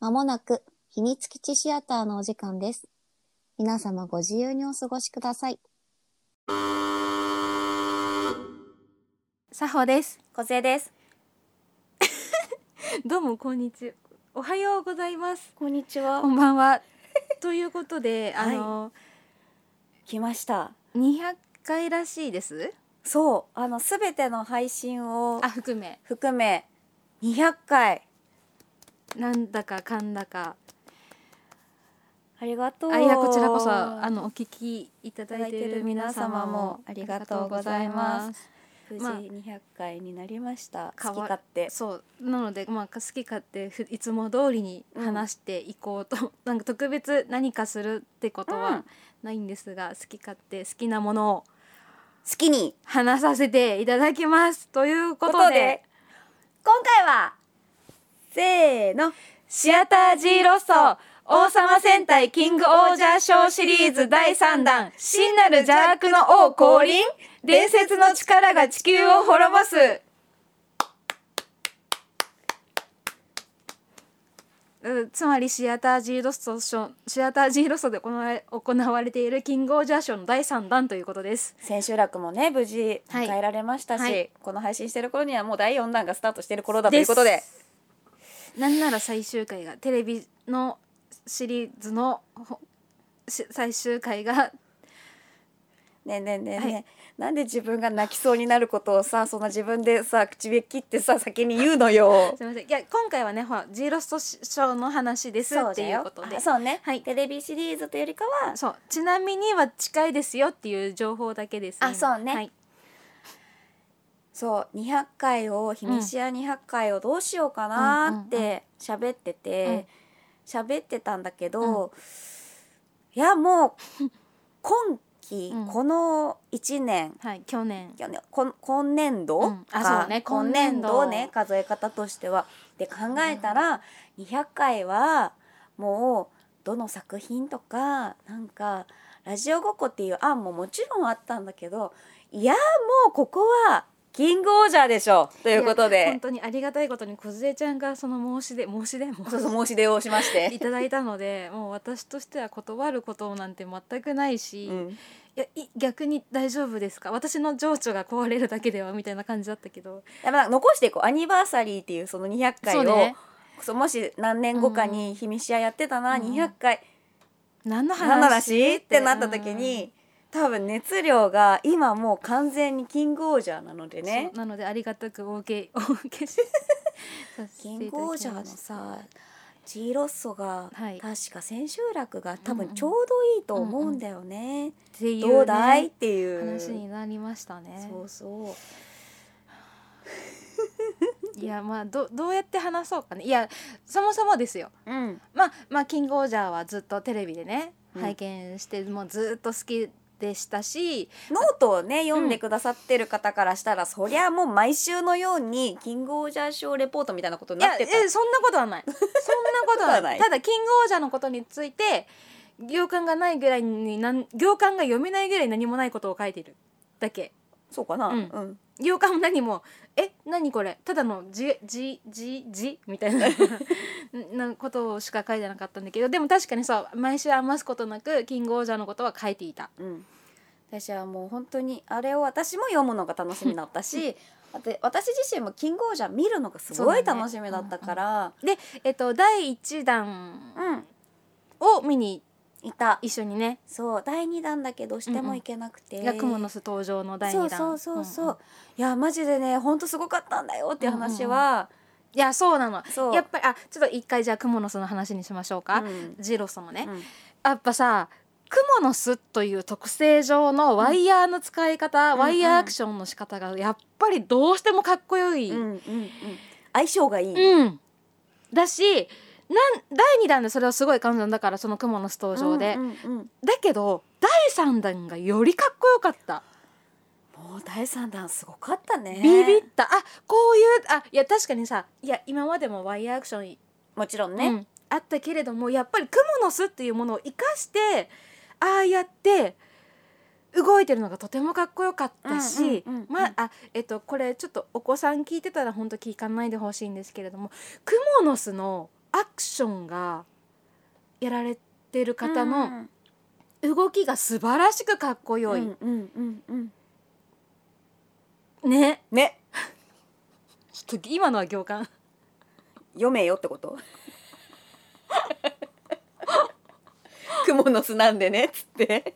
まもなく秘密基地シアターのお時間です。皆様ご自由にお過ごしください。さほです小瀬ですどうもこんにちはおはようございますこんにちはこんばんはということであの、来ました200回らしいですそうあのすべての配信をあ含め含め200回なんだかかんだかありがとうあいやこちらこそあのお聞きいただいている皆様も。ありがとうございます無事まあ200回になりました、かわ好き勝手そうなのでまあ好き勝手ふいつも通りに話していこうと、なんか特別何かするってことうんはないんですが、好き勝手好きなものを好きに話させていただきますということことでで今回はせーのシアター G ロッソ王様戦隊キングオージャーショーシリーズ第3弾真なる邪悪の王降臨伝説の力が地球を滅ぼすうつまりシアター G ロッソショシアター G ロッソで行われ行われているキングオージャーショーの第3弾ということです千秋楽もね無事はい迎えられましたし、はいこの配信してる頃にはもう第4弾がスタートしてる頃だということでですなんなら最終回がテレビのシリーズのほし最終回がねえねえねえねえ、はなんで自分が泣きそうになることをさそんな自分でさ口べきってさ先に言うのよすみません。いや今回はね、ほらジーロストショーの話ですっていうことで。あそうそうね、はいテレビシリーズというよりかはちなみには近いですよっていう情報だけです。あ今そうねはい。そう200回を「ひみしや200回」をどうしようかなって喋ってて喋ってたんだけど、いやもう今期、うんこの1年はい。去年。去年今今年度、うんあかそうね今年度を今ね年度数え方としては。で考えたら、200回はもうどの作品とかなんかラジオごっこっていう案ももちろんあったんだけどいやもうここはキングオージャーでしょとということ本で当にありがたいことに小ちゃんがその申し出申し出もそうそう申し出をしましいて。ただいたので、もう私としては断ることなんて全くないし、ういん、やい逆に大丈夫ですか？私の情緒が壊れるだけではみたいな感じだったけど。やっぱ残していこうアニバーサリーっていうその200回そをうね。そうもし何年後かに「ひみしや」やってたな、うん200回何の話？何の話ってなった時に、多分熱量が今もう完全にキングオージャーなのでねそうなのでありがたくお受け お受けしさせてキいただきましたングオージャーのさジーロッソが、はい確か千秋楽が多うん分うんちょうどいいと思うんだよね、っていうねどうだいっていう話になりましたねそうそういやまあどどうやって話そうかねいやそもそもですようんまあまあキングオージャーはずっとテレビでねうん拝見して、もうずっと好きでしたしノートをね読んでくださってる方からしたら、そりゃもう毎週のようにキングオージャー賞レポートみたいなことにいなやってたえそんなことはないそんなことそはないんなことはないただキングオージャーのことについて行間がないぐらいになん行間が読めないぐらい何もないことを書いてるだけそうかなうんうん洋館も何も「え何これただのじじじじ」みたいな なことしか書いてなかったんだけどでも確かにそう毎週余すことなくキングオージャーのことは書いていた。うん、私はもう本当にあれを私も読むのが楽しみだったし あと私自身も「キングオージャー」見るのがすごい楽しみだったからで、えっと、第1弾う,、を見にんいた一緒にねそう第2弾だけどしてもいけなくて、 「ラクモの巣」登場の第そ2う弾そうそうそう、んんいやマジでね本当すごかったんだよっていう話は、いやそうなのそうやっぱりあちょっと一回じゃあクモの巣の話にしましょうか、うんジロスのね、うんやっぱさクモの巣という特性上のワイヤーの使い方、うんワイヤーアクションの仕方がやっぱりどうしてもかっこよい、うんうんうん相性がいい、うんだしなん第2弾でそれをすごい感じたんだからそのクモの巣登場で、うんうんうんだけど第3弾がよりかっこよかった、もう第3弾すごかったねビビったあこういうあいや確かにさいや今までもワイヤーアクションもちろんね、ね、あったけれどもやっぱりクモの巣っていうものを生かしてああやって動いてるのがとてもかっこよかったしうんうんうんうんまああえっとこれちょっとお子さん聞いてたら本当聞かないでほしいんですけれどもクモの巣のアクションがやられてる方うのん動きが素晴らしくかっこよい、うんうんうんうんねねちょっと今のは行間読めよってこと 雲の巣なんでねっつって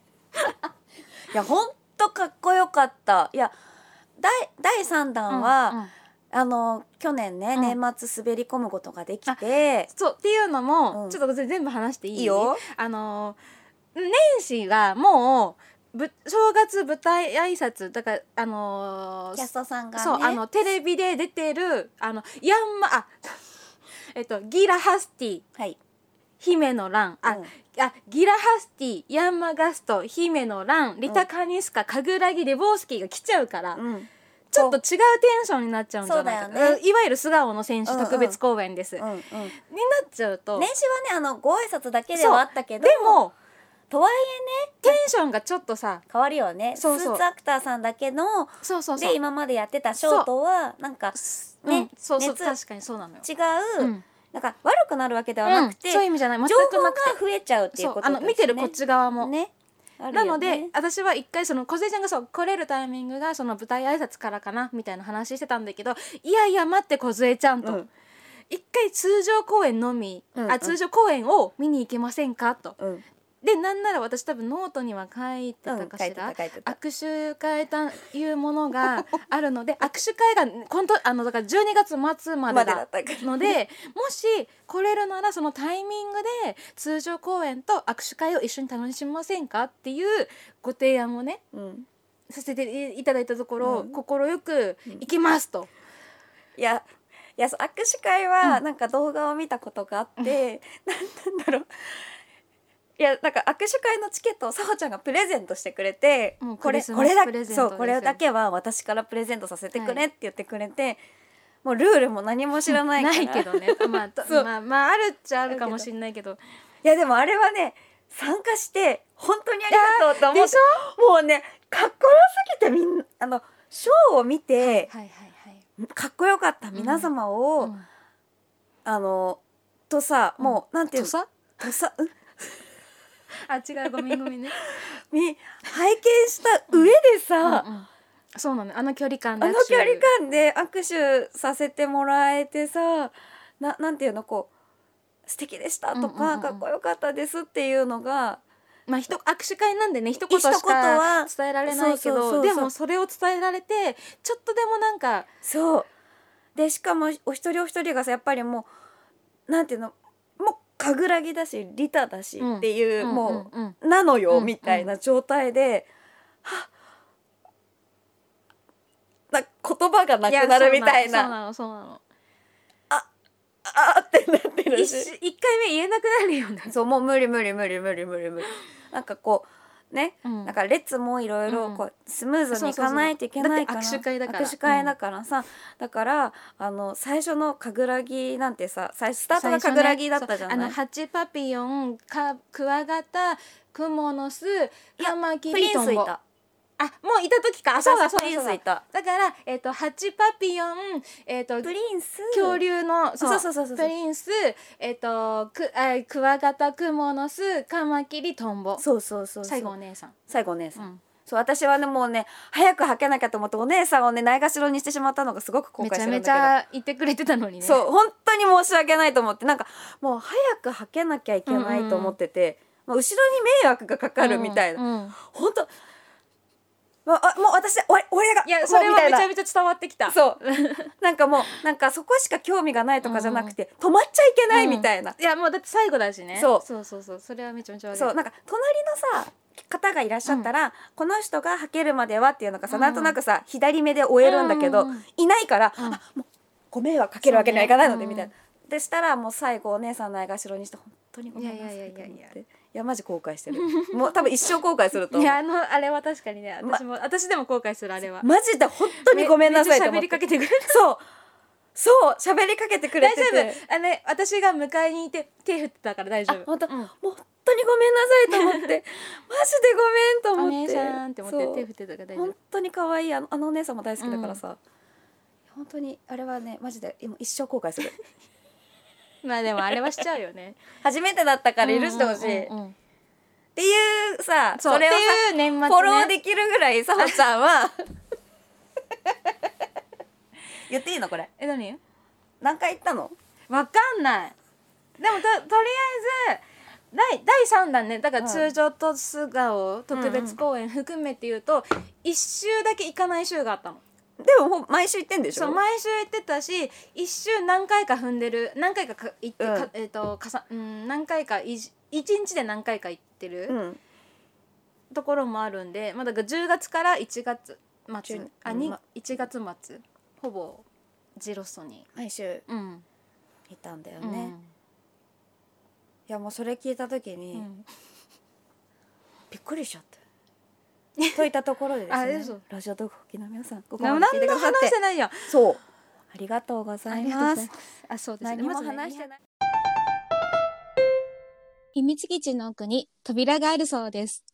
いやほんとかっこよかったいや第第3弾は、うんうんあの去年ね、うん年末滑り込むことができてそうっていうのも、うんちょっと全部話していいいいよあの年始がもうぶ正月舞台挨拶だからあのキャストさんがねそうあのテレビで出てるあのヤンマあ えっとギラハスティはい、姫の乱あ、うんあギラハスティヤンマガスト姫の乱リタ・カニスカカグラギレボウスキーが来ちゃうから、うんちょっと違うテンションになっちゃうんじゃないかそうだよねうんいわゆる素顔の選手うんうん特別公演です、うんうん、になっちゃうと、年始はねあのご挨拶だけではあったけでどもとはいテンションがちょっとさえ変わるよねそうそうスーツアクターさんだけのそうそうそうで今までやってたショートはなんかうんねそうそう熱確かにそうなのよ違う、うんなんか悪くなるわけではなくて、うんそういう意味じゃない全情く報ながくて増えちゃうっていうそうことあの見てるこっち側も、もねあるよなねので、私は一回その梢ちゃんがそう来れるタイミングがその舞台挨拶からかなみたいな話してたんだけどいやいや待って梢ちゃんと、うん一回通常公演のみ、うんうんあ通常公演を見に行けませんかとうん、でなんなら私多分ノートには書いてたか書いしてら、た書いてた握手会というものがある ので握手会が今度あのだから12月末までまだでだったからのでもし来れるならそのタイミングで通常公演と握手会を一緒に楽しみませんかっていうご提案をねうん、させていただいたところうん快、く行きますと。いやいやそう握手会はなんか動画を見たことがあって、なんなんだろういやなんか握手会のチケットをさほちゃんがプレゼントしてくれてもうこれクリスこマスれだプレけゼントそですうよこれだけは私からプレゼントさせてくはれって言ってくれて、もうルールも何も知らないからけどね、 まあとそうまあ、まああるっちゃあるかもしれないけどいやでもあれはね参加して本当にありがとうと思っでてしょもうねかっこよすぎてみんなあのショーを見て、はいはいはい、かっこよかった皆様を、うんあのとさもう、なんていうとのさとさうんあ違うごめんごめ んねみ拝見した上でさ、うんうんそうなのあの距離感であの距離感で握手させてもらえてさななんていうのこう素敵でしたとか、うんうんうんうんかっこよかったですっていうのがまあ、ひと握手会なんでね一言し一言はか伝えられないけそうそうそうそどうでもそれを伝えられてちょっとでもなんかそうでしかもお一人お一人がさやっぱりもうなんていうのもう神楽木だしリタだしうんっていう、うんもう。うんうんなのよ、うんみたいな状態で、はっな言葉がなくなるみたいやそうななのそうなのあーってなってそうなのる一しし一回目言えなくなるよね、そうもう無理無理無理無理無理無理なんかこうねうんなんか列もいろいろこうスムーズにいかないといけないからそうそうそうだって握手会だから握手会だからさ、だからあの最初の神楽木なんてさ最初スタートが神楽木だったじゃない、そうあのハチパピヨンかクワガタクモの巣カマキプリリトンンスいボたあもういた時かあそうだ私そうプリだンそうスいだただからえっ、とハチパピヨンえっ、とプリンス恐竜のそうそうそうそうそうプリンス、えっとくあクワガタクモの巣カマキリトンボそうそうそうそう最後お姉さん、最後お姉さん、うんそう私はねもうね早く履けなきゃと思ってお姉さんをねないがしろにしてしまったのがすごく後め悔しちてるゃんだめけちどゃ言ってくれてたのにねそう本当に申し訳ないと思ってなんかもう早く履けなきゃいけないと思ってて、まあ後ろに迷惑がかかるみたいな、うんうん本当まああもう私終わり終わりだいからやそれもはうみたいめちゃなめちゃ伝わってきたそうなんかもうなんかそこしか興味がないとかじゃなくて、止まっちゃいけないみた いな、いやもうだって最後だしねそうそうそうそうそれはめちゃめちゃそうなんか隣のさ方がいらっしゃったら、この人が履けるまではっていうのがさ、なんとなくさ左目で終えるんだけど、うんうんうんいないから、うんあもうご迷惑かけるわけにはいかないので、そうねみたいな。でしたらもう最後お姉さんのないがしろにして本当にごめんなさいやいいとやい思やっいやいやていやマジ後悔してるもう多分一生後悔するとい思やあうのあれは確かにね私も、私でも後悔するあれはマジで本当にごめんなさいとめ思めっっちゃ喋りてかけてくれ そうそう喋りかけてくれ大て丈て夫あね私が迎えにいて手振ってたから大丈あ夫本当、うんもう本当にごめんなさいと思って マジでごめんと思おって姉さんって思ってそう手振ってたから大丈夫本当に可愛いあのあのお姉さんも大好きだからさ、本当にあれはねマジで今一生後悔するまあでもあれはしちゃうよね 初めてだったから許してほしい、うんうんうんうんっていうさそそうれをさっていう年末、ね、フォローできるぐらいさほちゃん は言っていいのこれえ何何回言ったのわかんないでもととりあえず第第3弾ねだからうん通常と素顔特別公演含めて言うと、一週だけ行かない週があったのでもほ毎週言ってんでしょそう毎週行ってたし一週何回か踏んでる何回かか行って、うんかえっ、とかさ、うん、何回かいじ一日で何回か行ってる、うん、ところもあるんで、まあ、だから10月から1月末10あにま1月末ほぼジロストに、毎週うんいたんだよね、いやもうそれ聞いた時に、うんうんびっくりしちゃ ってといったところでであえすそうねラジオトークをお聞きの皆さんここ何まもで聞いて話くださっしててないよそうありがとうございますあそうですね何もまずね話してない、秘密基地の奥に扉があるそうです。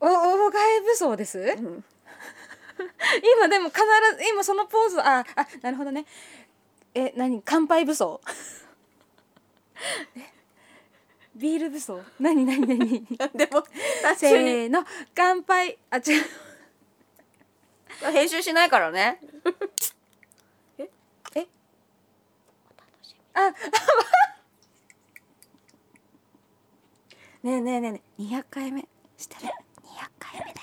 お大替え武装ですうん今でも必ず今そのポーズああなるほどねえ何乾杯武装えビール武装何 何何でも確かにせーの乾杯あ違う編集しないからねあねえねえねえねえ200回目してる200回目だ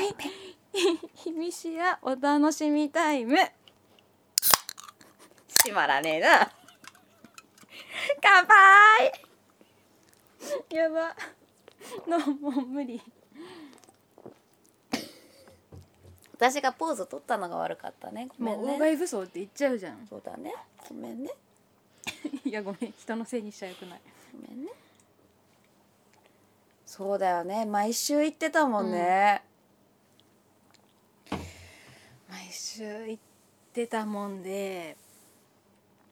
よ200回 ひみしやお楽しみタイム目しまらねえな乾杯やば のもう無理私がポーズ取ったのが悪かったねごめんもう大ね買い武装って言っちゃうじゃんそうだねごめんね いやごめん人のせいにしちゃよくないごめんねそうだよね毎週行ってたもんね、毎週行ってたもんで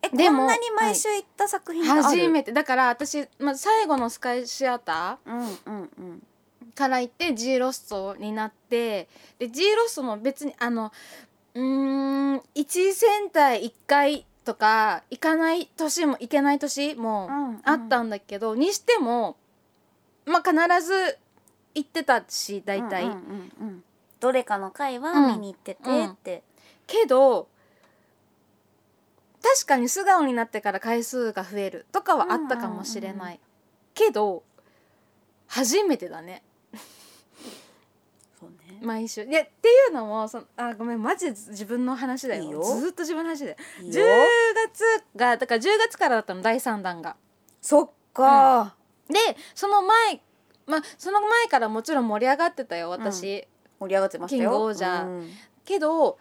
えでこもんなに毎週行った作品がある、初めてだから私、まあ、最後のスカイシアタうんうんうんーから行って G ロストになってで G ロストも別にあのうーん1戦隊1回とか行かない年も行けない年もうんうんあったんだけど、にしてもまあ必ず行ってたし大体、うんうんうんうんどれかの回は見に行っててって、けど確かに素顔になってから回数が増えるとかはあったかもしれない、うんうんうんけど初めてだねそうね毎週でっていうのもそのあごめんマジで自分の話だよいいよずっと自分の話でいい10よ月がだから10月からだったの第3弾がそっか、でその前まあその前からもちろん盛り上がってたよ私、盛り上がってましたよキングオージャーうんけど友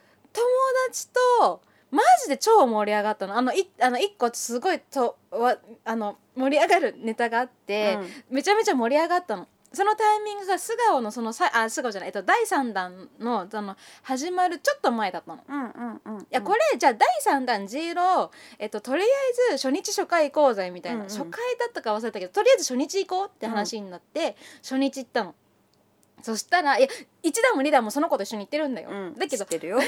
達とマジで超盛り上がったのあのいあの一個すごいとわあの盛り上がるネタがあって、めちゃめちゃ盛り上がったのそのタイミングが素顔のそのさあ素顔じゃない、えっと、第3弾のその始まるちょっと前だったの。うん、うんうんうんいやこれじゃあ第3弾 G ロ、えっと、とりあえず初日初回行こうぜみたいうな、んうん初回だったか忘れたけどとりあえず初日行こうって話になって、初日行ったのそしたらいや1弾も2弾もその子と一緒に行ってるんだよ、うん、だけ知どってるよ、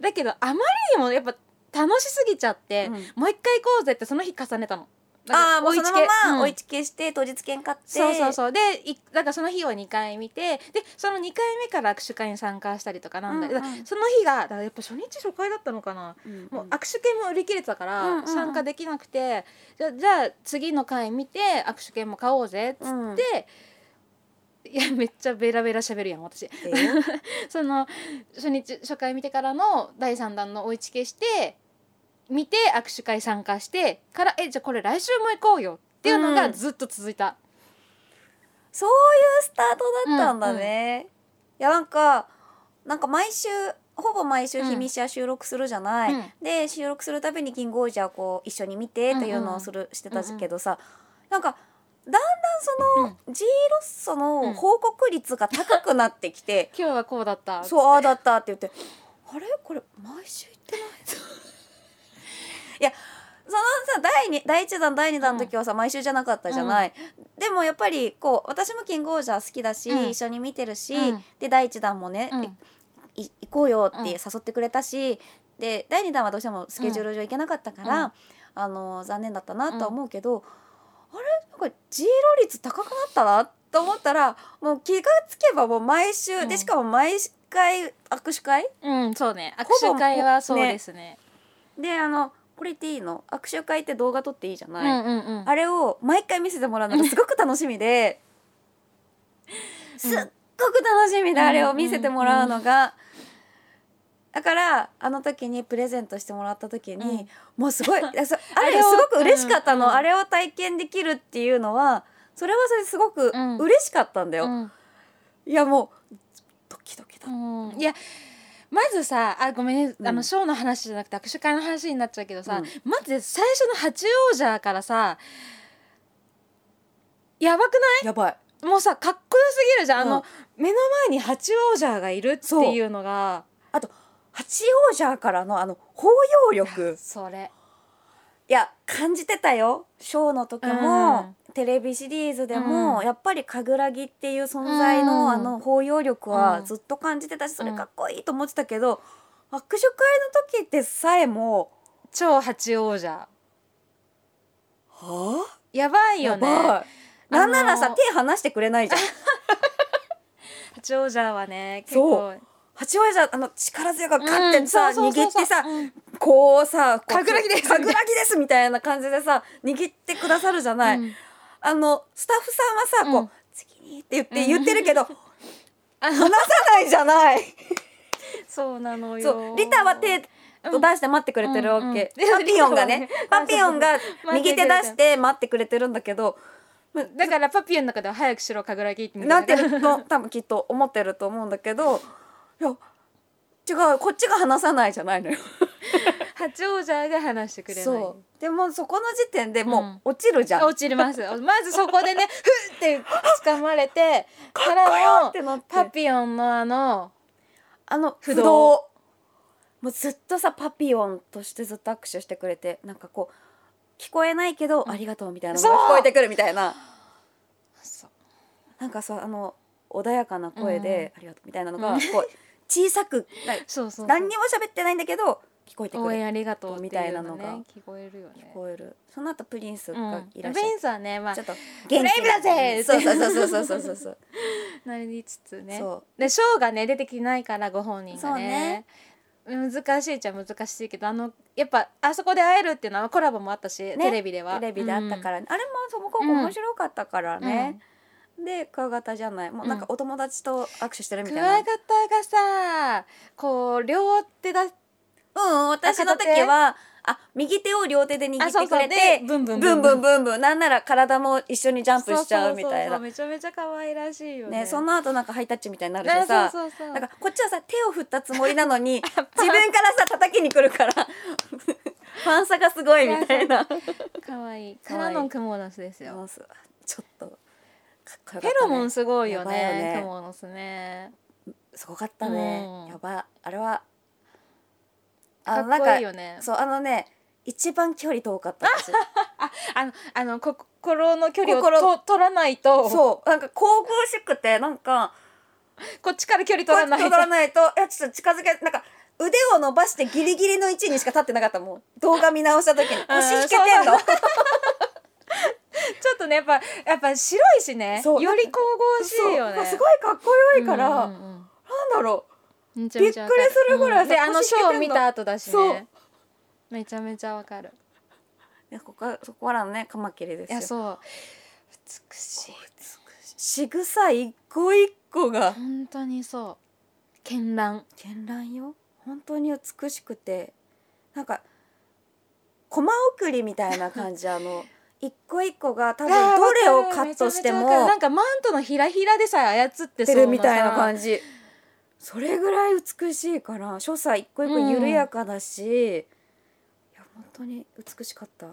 だけどあまりにもやっぱ楽しすぎちゃって、うんもう一回行こうぜってその日重ねたの。ああもうそのまま追追いいつつけして当日券買ってけうんそうそうそうでいだからその日を2回見てでその2回目から握手会に参加したりとかなんだけど、うんうんその日がだからやっぱ初日初回だったのかな、うん、もう握手券も売り切れてたかうんうんうらん参加できなくて、じゃじゃあ次の回見て握手券も買おうぜっつっうんて、いやめっちゃベラベラ喋るやん私。えーその初日初回見てからの第3弾の追いつけして見て握手会参加してからえじゃあこれ来週も行こうよっていうのうがんずっと続いた、そういうスタートだったんだね、いやなんかなんか毎週ほぼ毎週うん「ひみしや」収録するじゃない、うんで収録するたびに「キングオージャー」こう一緒に見てっていうのをする、してたけどさ、なんかだんだんその、G ロッソの報告率が高くなってきて、今日はこうだったそうああだったって言ってあれこれ毎週行ってない いやそのさ第二第1弾第2弾の時はさ、毎週じゃなかったじゃない、でもやっぱりこう私もキングオージャー好きだし、うん一緒に見てるし、うんで第1弾もね、うんいいこうよっうんて誘ってくれたし、で第2弾はどうしてもスケジュール上行けなかったから、うんあの残念だったなとは思うけど、あれなんか G ロ率高くなったなと思ったらもう気がつけばもう毎週、うんでしかも毎回握手会うんそうねぼ握手会はそうですねであのこれ言っていいの握手会って動画撮っていいじゃない、うんうんうんあれを毎回見せてもらうのがすごく楽しみで、すっごく楽しみであれを見せてもらうのが、だからあの時にプレゼントしてもらった時に、うんもうす ごいいやそああれれをすごく嬉しかったの、うんうんあれを体験できるっていうのはそれはそれですごくうん嬉しかったんだよ、うんいやもうドキドキだ、うんいやまずさあごめんねあうんのショーの話じゃなくて握手会の話になっちゃうけどさ、うまず最初の八王者からさやばくなやばいいもうさかっこよすぎるじゃん、あうんの目の前に八王者がいるっていうのが八王者からのあの包容力それいや感じてたよショーの時も、テレビシリーズでも、うんやっぱり神楽木っていう存在の、うんあの包容力はうんずっと感じてたし、それかっこいいと思ってたけど握手会の時ってさえも超八王者はあやばいよやねばい、なんならあさの手離してくれないじゃん八王者はね結そ構八王子あの力強くガッてさ、うんそうそう握そっうそうてさ、うんこうさこう神楽木です神楽木ですみたいな感じでさ握ってくださるじゃない、うんあのスタッフさんはさこう、うん次にって言って言ってる けど、あ離のさないじゃない。そうなのよそう、リタは手を出して待ってくれてるわけ。うんうんパピオンがね、パピオンが右手出して待ってくれてるんだけど、だからパピュンの中では早くしろ神楽木ってみなたいってると多分きっと思ってると思うんだけど、いや、違う、こっちが話さないじゃないのよ。八王者が話してくれないそう。でもそこの時点でもうんう落ちるじゃん。落ち ますまずそこでねふって掴まれてからってのなってパピオンのあのあの不不動動もうずっとさパピオンとしてずっと握手してくれてなんかこう聞こえないけど、ありがとうみたいなのがそう聞こえてくるみたいなそうなんかさあの穏やかな声で、ありがとうみたいなのが、こう小さくなそうそう何にも喋ってないんだけど聞こえてく応る援聞ありがとうっていみうのたいなのね聞こえるよねこえるその後プリンスうがんいベらっしゃる、ンさんねまあちょっとブレイブだぜそうそうそうそうそうそう そうなりつつねそでショーがね出てきないからご本人がね難しいっちゃ難しいけどあのやっぱあそこで会えるっていうのはコラボもあったし、テレビでは、テレビであったからら、あれもそここ面白かったからね、でクワガタじゃないもうなんかお友達と握手してるうんみクたいワなガ、タがさこう両手だうん、私の時はあ右手を両手で握ってくれてでブンブンブンブンブンブンなんなら体も一緒にジャンプしちゃうみたいそそそなそめちゃめちゃ可愛らしいよねねその後なんかハイタッチみたいになるあしさそうそうそうなんかこっちはさ手を振ったつもりなの に自分からさ叩きに来るから ファン差がすごいみたいな可愛い可か愛いらのクモの巣ですよもうすちょっとかっこよかった、ね、フェロモンすごいよやばいよねねクモの巣ねすごかったね、うんやばあれはかあっのなんこかいいよねそうあのね一番距離遠かった私あのあのこ心の距離を心と取らないとそうなんか神々しくてなんかこっちから距離こう取やらってない取とらないといやちょっと近づけなんか腕を伸ばしてギリギリの位置にしか立ってなかったもん動画見直した時に腰引けてんそうのちょっとねやっぱやっぱ白いしねそようり神々しいよそうねすごいかっこよいから、うんうんうんなんだろめちゃめちゃわかびっくりするぐらいうんでさあのシ腰引けてんのョー見た後だしそうねめちゃめちゃわかるういやここはそこからのねカマキリでいやすよそう美しい仕草一個一個が本当にそう絢爛絢爛よ本当に美しくてなんかコマ送りみたいな感じあの一個一個が多分どれをカットしてもいやわかるめちゃめちゃわかるなんかマントのひらひらでさえ操っててそうるみたいなじ感じそれぐらい美しいから所作一個一個緩やかだし、いや本当に美しかった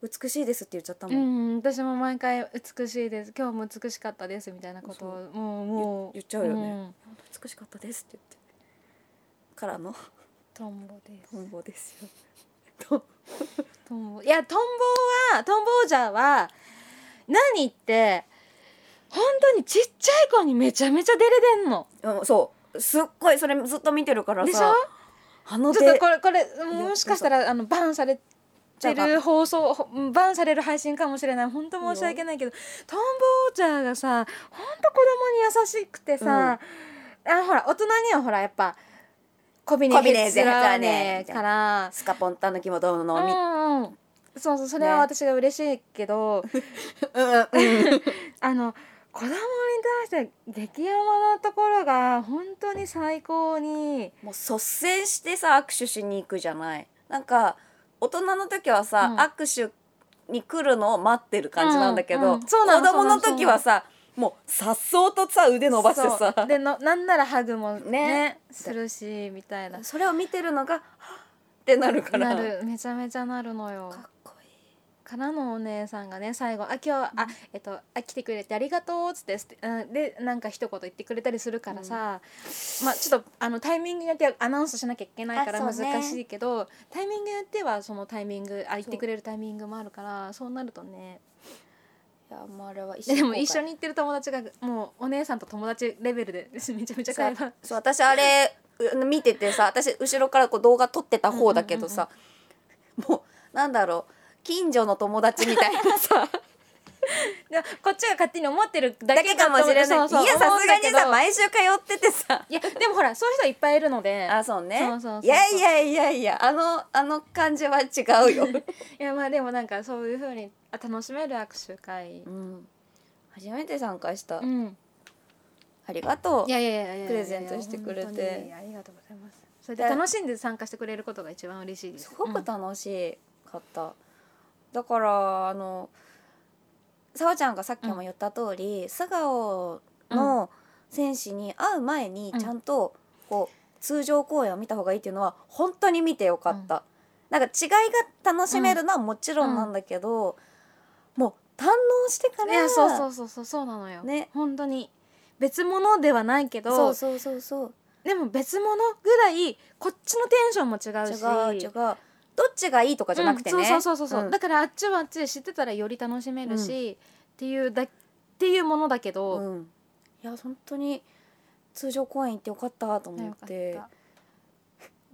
美しいですって言っちゃったも、うんん私も毎回美しいです今日も美しかったですみたいなことをもうも言う言っちゃうよねん美しかったですって言ってからのトンボです本望ですよ とトンボいやトンボはトンボ王者は何って本当にちっちゃい子にめちゃめちゃ出れてんのうんそうすっごいそれずっと見てるからでしょさあのちょっと手これこれもしかしたらあのバンされてる放送ほバンされる配信かもしれない本当申し訳ないけどトンボウォーチャーがさ本当子供に優しくてさ、あほら大人にはほらやっぱコビネ媚びねえヘぜッラーねヘッラーねから。スカポンタヌキもどうのみうんうんそうそうそれはね私が嬉しいけ ど、あの子供に対して激甘なところが本当に最高にもう率先してさ握手しに行くじゃないなんか大人の時はさ、うん握手に来るのを待ってる感じなんだけど、うんうんそうなの子供のそうなの時はさもうさっそうとさ腕伸ばしてさそうでのなんならハグもねねするしみたいなそれを見てるのがはっってなるからなるめちゃめちゃなるのよかっこいいからのお姉さんがね最後「あ今日あえっとあ来てくれてありがとう」っつってすて、うん、でなんか一言言ってくれたりするからさ、まあちょっとあのタイミングによってはアナウンスしなきゃいけないからあ難そうねしいけど、タイミングによってはそのタイミングあ言ってくれるタイミングもあるからそうなるとねいやもうあれは一でも一緒にに行ってる友達がもうお姉さんと友達レベルでめちゃめちゃ会話そう私あれう見ててさ私後ろからこう動画撮ってた方だけどさ、もうなんだろう近所の友達みたいなさでこっちが勝手に思ってるだだけけかかももししれなれいないいやさすがにさい毎週通ってて さやでもほらそういう人いっぱいいるのであそうねそうそうそうそういやいやいやいやあのあの感じは違 うよ、いやまあでもなんかそういうふうにあ楽しめる握手会うん、初めて参加した、うんありがとういやいやいやいやプレゼントしてくれて本当にありがとうございますそれで楽しんで参加してくれることが一番嬉しいですすごく楽しかった、だからあのさわちゃんがさっきも言った通り、素顔の選手に会う前にうんちゃんとこう通常公演を見た方がいいっていうのは本当に見てよかった、なんか違いが楽しめるのはもちろんなんだけど、もう堪能してかうんらいやそうそうそうそうそうなのよね本当に別物ではないけどそうそうそうそうでも別物ぐらいこっちのテンションも違違うしう違うどっちがいいとかじゃなくてね、うんそうそうそうそう、うんだからあっちはあっちで知ってたらより楽しめるし、っていうだっていうものだけど、うん、いや本当に通常公演行ってよかったと思よっかって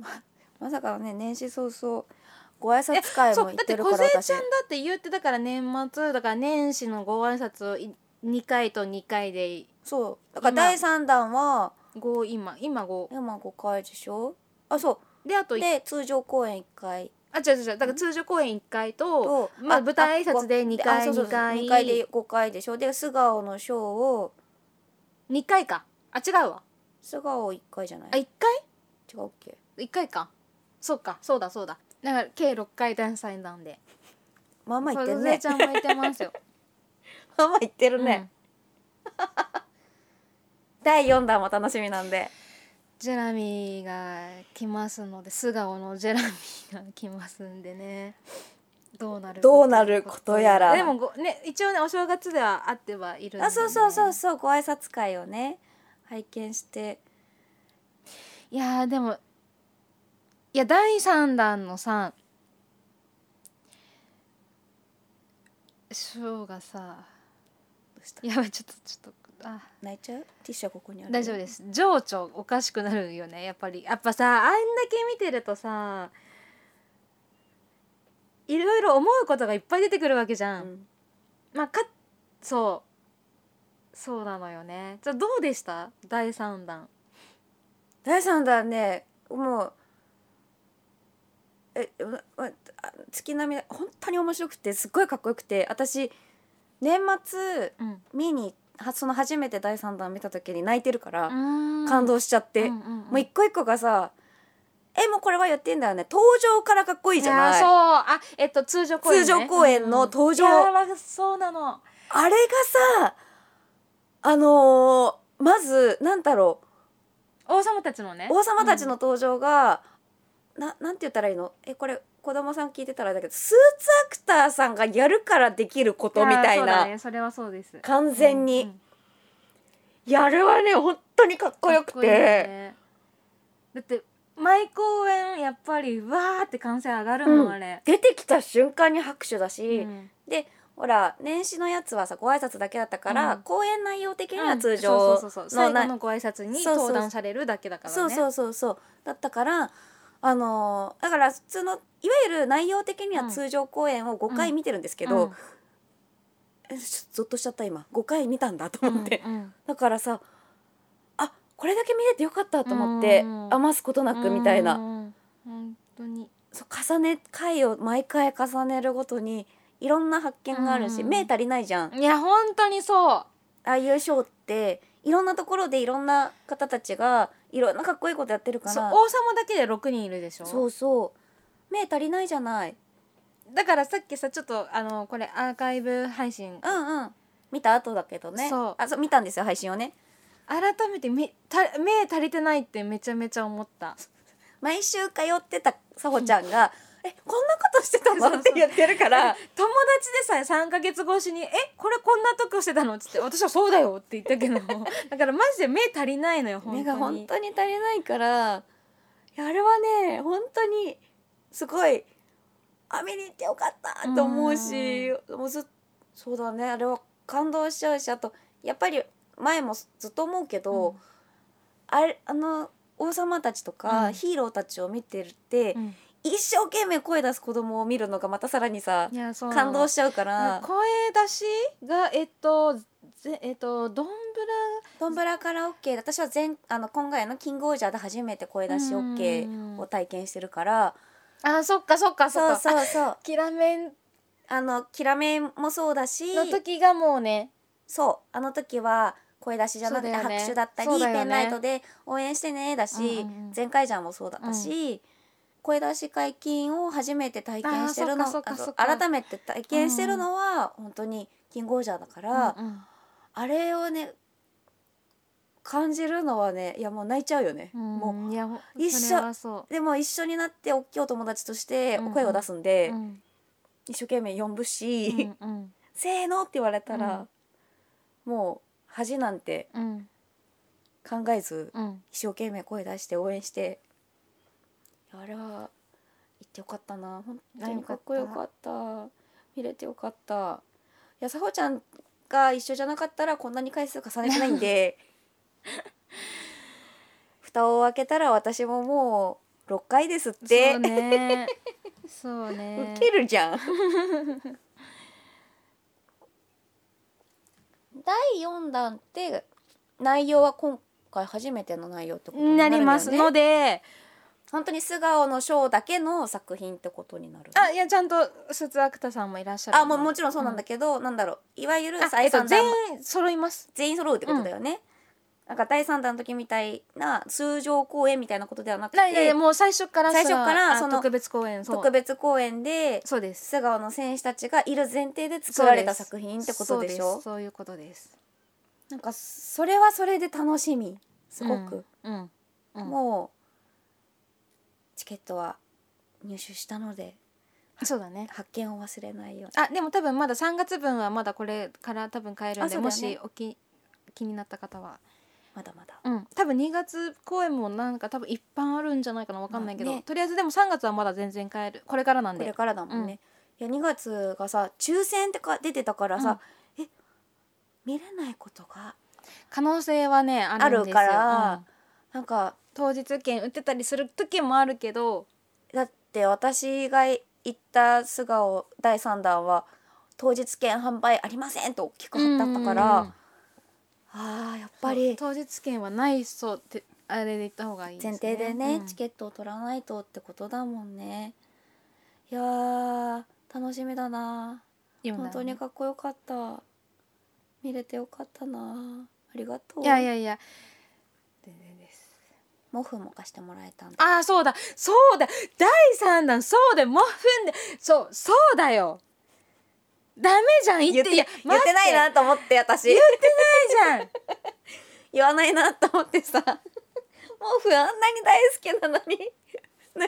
たまさかね年始早々ご挨拶え会そもう行っだっててる小から杉私ちゃんだって言ってだから年末だから年始のご挨拶をい2回と2回でそうだから第3弾は5今今5今5回でしょあそであとういあで通常公演1回違う違うだから通常公演1回ととまあ舞台挨拶で二回あそうそうそう二回二回で5回でしょで素顔のショーを2回かあ違うわ素顔1回じゃないあ違1回うっけ ?1 回かそうかそうだそうだだから計6回第3弾でまあまあ言小ってる杉ねちゃんも言ってます よ、まあまあ言ってるうんね、第4弾も楽しみなんでジェラミーが来ますので素顔のジェラミーが来ますんでねどうなるどうなることやらでもごね一応ねお正月では会ってはいるんで、ね、あそうそうそうそうご挨拶会をね拝見していやーでもいや第3弾のさショーがさどうしたやばいちょっとちょっとあ泣いちゃうティッシュはここにある大丈夫です情緒おかしくなるよねやっぱりやっぱさあんだけ見てるとさいろいろ思うことがいっぱい出てくるわけじうゃん、んまあかそうそうなのよねじゃあどうでした第3弾第3弾ねもうえううあ月並みだ本当に面白くてすっごいかっこよくて私年末うん見にはその初めて第3弾見た時に泣いてるから感感動しちゃって、うんうんうんもう一個一個がさ「えもうこれはやってんだよね登場からかっこいいじゃないやそうあえっと通常公演、ね、通常公演の登場うんいやわそうなのあれがさあのーまずなんだろう王様たちのね王様たちの登場が、ななんて言ったらいいのえこれ子供さん聞いてたらあれだけどスーツアクターさんがやるからできることうんみたいやそうなだねそれはそうです完全に、うんうんやるはね本当にかっこよくかっこていいよねだって毎公演やっぱりわーって歓声上がるもん、うんあれ、出てきた瞬間に拍手だし、うんでほら年始のやつはさご挨拶だけだったから、うん講演内容的にはうん通そ常うそうそうそうの最な後のご挨拶にそうそう登壇されるだけだからねそうそうそうそうだったからあのーだから普通のいわゆる内容的には通常公演を5回見てるんですけど、えちょっとゾッとしちゃった今5回見たんだとうん思って、うんうんだからさあこれだけ見れてよかったと思ってうん余すことなくみたいな、うん本当にそう重ね回を毎回重ねるごとにいろんな発見があるし、うん目足りないじゃんあいや本当にそうあいうショーっていろんなところでいろんな方たちがいろんなかっこいいことやってるからそう王様だけで6人いるでしょそうそう目足りないじゃないだからさっきさちょっとあのこれアーカイブ配信うんうん見た後だけどねそうあそう見たんですよ配信をね改めてめた目足りてないってめちゃめちゃ思った毎週通ってたさほちゃんが「えこんなことしてた そうその?」うって言ってるから友達でさえ3ヶ月越しに「えこれこんな特許してたの?」っつって「私はそうだよ」って言ったけ どだからマジで目足りないのよ本目当がに本当に足りないからいやあれはね本当にすごいあ見に行ってよかったと思うしもうずっそうだねあれは感動しちゃうしあとやっぱり前もずっと思うけど、うんあれあの王様たちとか、うんヒーローたちを見てるって、うん一生懸命声出す子供を見るのがまたさらにさいやそう感動ししちゃうから声出しがえっとぜえっとどんぶドンブラカラオケで私は前あの今回のキングオージャーで初めて声出しうん OK を体験してるかららあそっかそっかそっそうかうそうそうキラメンあのキラメンもそうだしの時がもうねそうあの時は声出しじゃなくてそうだよね拍手だったり、そうだよねペンライトで応援してねだし、うんうんうん前回じゃんもそうだったし、声出し解禁を初めて体験してるのあーそっかそっかそっかあの改めて体験してるのは本当にキングオージャーだから、うんうんあれをね感じるのはねいやもう泣いちゃうよね、もううんいや一緒それはそでも一緒になって大きいお友達としてうんうん声を出すんうで、うん一生懸命呼ぶし、うんうん せーのって言われたら、もう恥なんてうん考えずうん一生懸命声出して応援していやあれは行ってよかったな本当にかっこよかった見れてよかったいやさほちゃんが一緒じゃなかったらこんなに回数重ねてないん で蓋を開けたら私ももう6回ですっそて、うねそう ねウケるじゃん第4弾って内容は今回初めての内容ってことにななるんだよ、ね、りますので、本当に素顔のショーだけの作品ってことになるあいやちゃんとスーツアクタさんもいらっしゃるあもうもちろんそうなんだけど、なんだろういわゆるうんあえ第っと3全弾員揃います全員揃うってことだよね、なんか第3弾の時みたいな通常公演みたいなことではなくないないてもう最初から最初からあその特別公演そう特別公演でそうです素顔の選手たちがいる前提で作られたそうす作品ってことでしそうょすそういうことですなんかそれはそれで楽しみすごく、うん、うんもうチケットは入手したのでそうだね発見を忘れないようにあでも多分まだ3月分はまだこれから多分買えるんあで、そうだよねもしおき気になった方はまだまだうん、多分2月公演もなんか多分一般あるんじゃないかなわかんないけど、まあねとりあえずでも3月はまだ全然買えるこれからなんこれでからだもんね、いや2月がさ抽選ってか出てたからさ、え見れないことが可能性はねあるんですよあるからうんなんか当日券売ってたりする時もあるけどだって私が行った素顔第3弾は当日券販売ありませんと大きく貼ってあったから、うんうんうんあーやっぱり当日券はないそうってあれで行った方がいい前提でね、うんチケットを取らないとってことだもんねいやー楽しみだな今な本らね当にかっこよかった見れてよかったなありがとういやいやいや全然です毛布も貸してもらえたんでああそうだそうだ第3弾そうだもう踏んでそうそうだよダメじゃん言っていや言ってない待なと思って私ってないじゃん言わないなと思ってさ毛布あんなに大好きなのに、ね、毛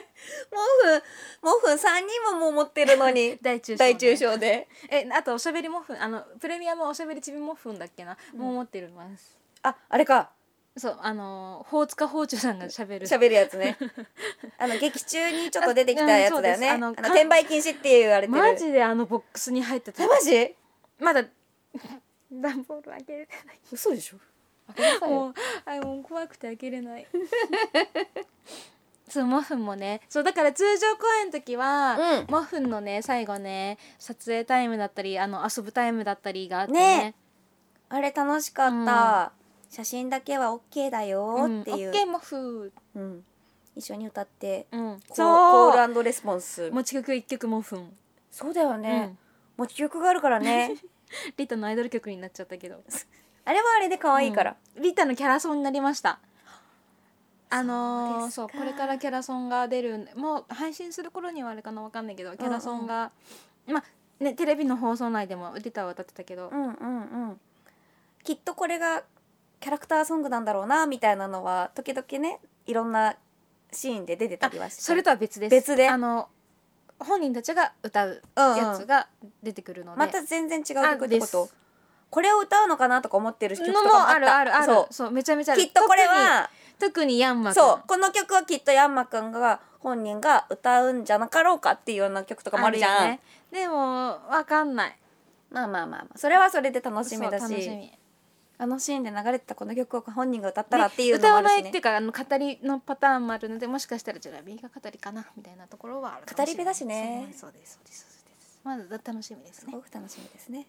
布毛布3人ももう持ってるのに大中小ね大中小でえあとおしゃべりもふんあのプレミアムおしゃべりちびもふんだっけな、もう持ってるますああれかそうあの宝塚宝珠さんがしゃべる喋るやつ ねあの劇中にちょっと出てきたやつだよね、あうんあそのうですあの転売禁止って言われてるマジであのボックスに入ってたえマジまだ段ボール開けれてない嘘でしょもうあもう怖くて開けれないそうモフンもねそうだから通常公演の時は、うんモフンのね最後ね撮影タイムだったりあの遊ぶタイムだったりがあってねねあれ楽しかった、写真だけは OK だようんっていう、オッケーモフうん一緒に歌ってン、うん、コーコそうールレスポンス持ち曲一曲モフン、そうだよねね、もう曲があるから ねリタのアイドル曲になっちゃったけどあれはあれで可愛いから、うんリタのキャラソンになりましたあのーそそううですかこれからキャラソンが出るんでもう配信する頃にはあれかなわかんないけどキャラソンが、まあねテレビの放送内でもリタは歌ってたけど、うん、うんうんきっとこれがキャラクターソングなんだろうなみたいなのは時々ねいろんなシーンで出てたりはしてそれとは別です別であの本人たちが歌ううんうんやつが出てくるので、また全然違う曲ってこあとですこれを歌うのかなとか思ってる曲とのかももああっるたあるあるそそうめちゃめちゃうあるきっとこれは特に特にヤンマくんそうこの曲はきっとヤンマくんが本人が歌うんじゃなかろうかっていうような曲とかもあるじゃんよねでもわかんないまあまあまあまあそれはそれで楽しみだそうし楽しみあのシーンで流れてたこの曲を本人が歌ったらっていうの歌もあわるなし、いっねていうかあの語りのパターンもあるのでもしかしたらジェラビーが語りかなみたいなところはあるかもれない語り部だしねそうですそうですそうですまだ楽しみですすねごく楽しみですね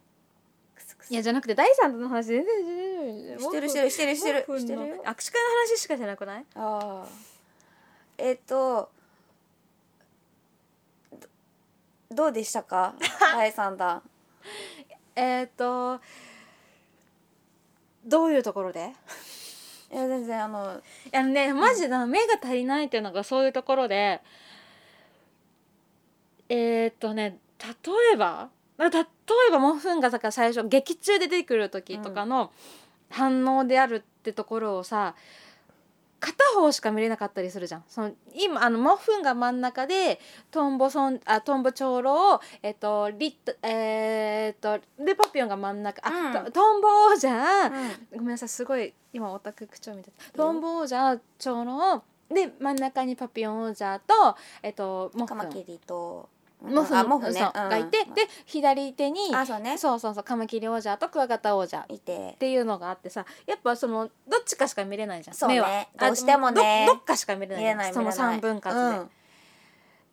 クスクスいやじゃなくて第三弾の話全然してるしてるしてるしてるモフしンてのるよ握手会の話しかじゃなくないああえっ、とどどうでした か第三弾えっ、とどういうところでいや全然あのあのねマジで目が足りないっていうのがそういうところでえっ、とね例えばまあ例えばモフンがさ最初劇中で出てくる時とかの反応であるってところをさ片方しか見れなかったりするじゃん。その今あのモフンが真ん中でトンボソンあトンボ長老えっとリットえーっとでパピヨンが真ん中あ、うんとトンボ王者、うんごめんなさいすごい今オタク口調みたいなトンボ王者長老で真ん中にパピヨン王者とえっとモフカマキンリとモフンあモフねそうがいて、うんで左手にあそうねそうそうそうカマキリ王者とクワガタ王者っいてていうのがあってさやっぱそのどっちかしか見れないじゃんそうね目はどうしてもねあどどっかしか見れ見ないじれゃんない見それなのい3分割で、うんっ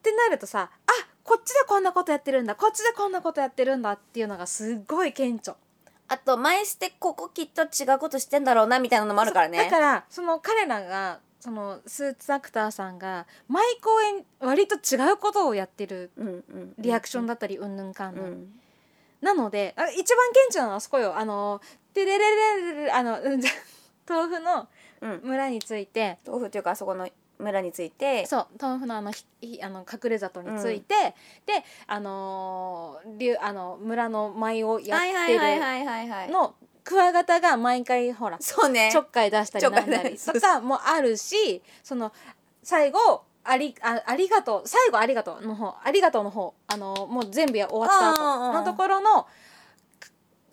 てなるとさあこっちでこんなことやってるんだこっちでこんなことやってるんだっていうのがすっごい顕著あと前してここきっと違うことしてんだろうなみたいなのもあるからねそうだからその彼らがそのスーツアクターさんが毎公演割と違うことをやってるうんうん、リアクションだ、だったりうんぬんかんうぬん、ん、なのであ一番顕著なのはあそこよあのてれれれれれあのうん 豆腐のうん、村について豆腐というかあそこの村についてそう豆腐のあのひひあの隠れ里について、であのー竜あの村の舞をやっはいはていはいるはいはいはいのクワガタが毎回ほらそうねちょっかい出したりなんちょっだかいり出とかもあるしその最後ありあありがとう最後ありがとうの方ありがとうの方あのもう全部や終わったうんうん後うんのところの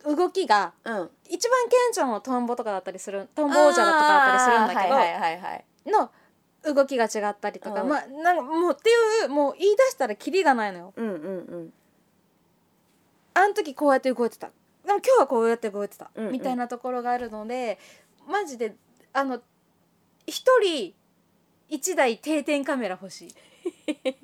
動きがうん一番顕著のトンボとかだったりするトンボ王者だとかだったりするんだけど、あーはいはいはいはいの動きが違ったりとか、うんまあなんかもうっていうもう言い出したらキリがないのよ。うんうんうんあの時こうやって動いてたでも今日はこうやって動いてた、うんうんみたいなところがあるのでマジであの一人一台定点カメラ欲し